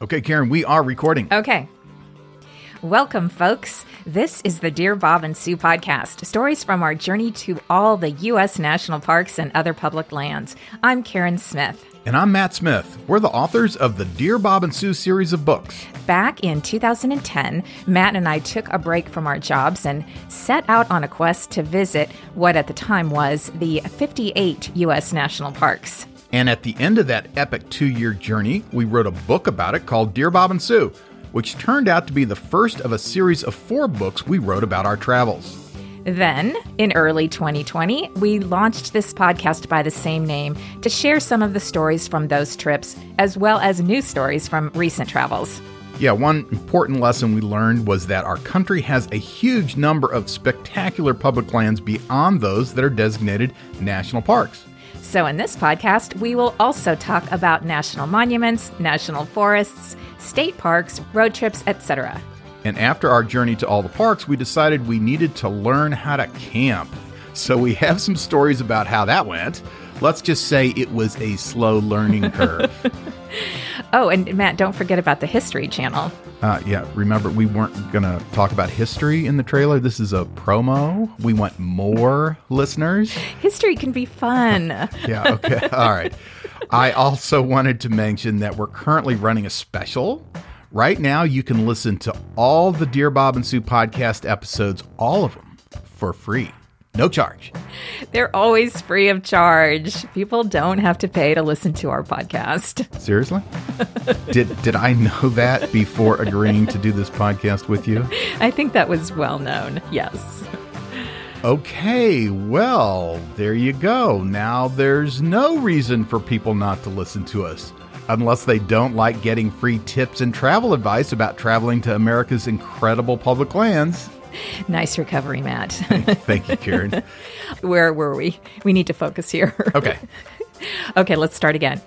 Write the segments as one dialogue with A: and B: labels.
A: Okay, Karen, we are recording.
B: Okay. Welcome, folks. This is the Dear Bob and Sue podcast, stories from our journey to all the U.S. national parks and other public lands. I'm Karen Smith.
A: And I'm Matt Smith. We're the authors of the Dear Bob and Sue series of books.
B: Back in 2010, Matt and I took a break from our jobs and set out on a quest to visit what at the time was the 58 U.S. national parks.
A: And at the end of that epic two year journey, we wrote a book about it called Dear Bob and Sue, which turned out to be the first of a series of four books we wrote about our travels.
B: Then, in early 2020, we launched this podcast by the same name to share some of the stories from those trips, as well as new stories from recent travels.
A: Yeah, one important lesson we learned was that our country has a huge number of spectacular public lands beyond those that are designated national parks.
B: So, in this podcast, we will also talk about national monuments, national forests, state parks, road trips, etc.
A: And after our journey to all the parks, we decided we needed to learn how to camp. So we have some stories about how that went. Let's just say it was a slow learning curve.
B: Oh, and Matt, don't forget about the History Channel.
A: uh, yeah, remember, we weren't going to talk about history in the trailer. This is a promo. We want more listeners.
B: History can be fun.
A: Yeah, okay. All right. I also wanted to mention that we're currently running a special. Right now, you can listen to all the Dear Bob and Sue podcast episodes, all of them, for free. No charge.
B: They're always free of charge. People don't have to pay to listen to our podcast.
A: Seriously? did did I know that before agreeing to do this podcast with you?
B: I think that was well known. Yes.
A: Okay, well, there you go. Now there's no reason for people not to listen to us. Unless they don't like getting free tips and travel advice about traveling to America's incredible public lands.
B: Nice recovery, Matt.
A: Thank you, Karen.
B: Where were we? We need to focus here.
A: Okay.
B: Okay, let's start again.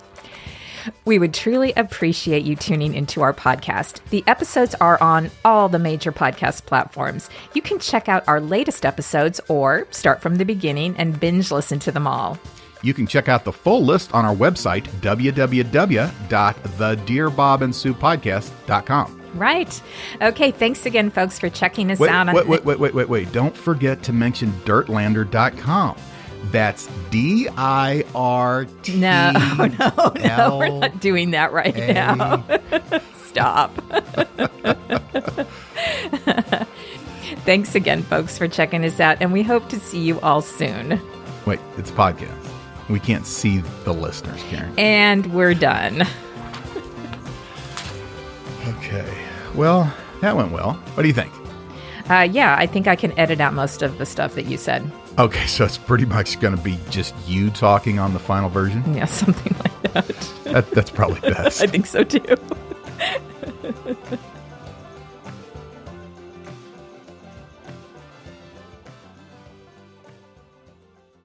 B: We would truly appreciate you tuning into our podcast. The episodes are on all the major podcast platforms. You can check out our latest episodes or start from the beginning and binge listen to them all.
A: You can check out the full list on our website, www.thedearbobandsuepodcast.com.
B: Right. Okay, thanks again, folks, for checking us
A: Wait,
B: out. on-
A: wait, wait, wait, wait, wait, wait. Don't forget to mention dirtlander.com. That's D I R T.
B: No, no, no, we're not doing that right now. Stop. Thanks again, folks, for checking us out, and we hope to see you all soon.
A: Wait, it's a podcast. We can't see the listeners, Karen.
B: And we're done.
A: Okay. Well, that went well. What do you think?
B: Uh, yeah, I think I can edit out most of the stuff that you said.
A: Okay, so it's pretty much going to be just you talking on the final version.
B: Yeah, something like that.
A: That, that's probably best.
B: I think so too.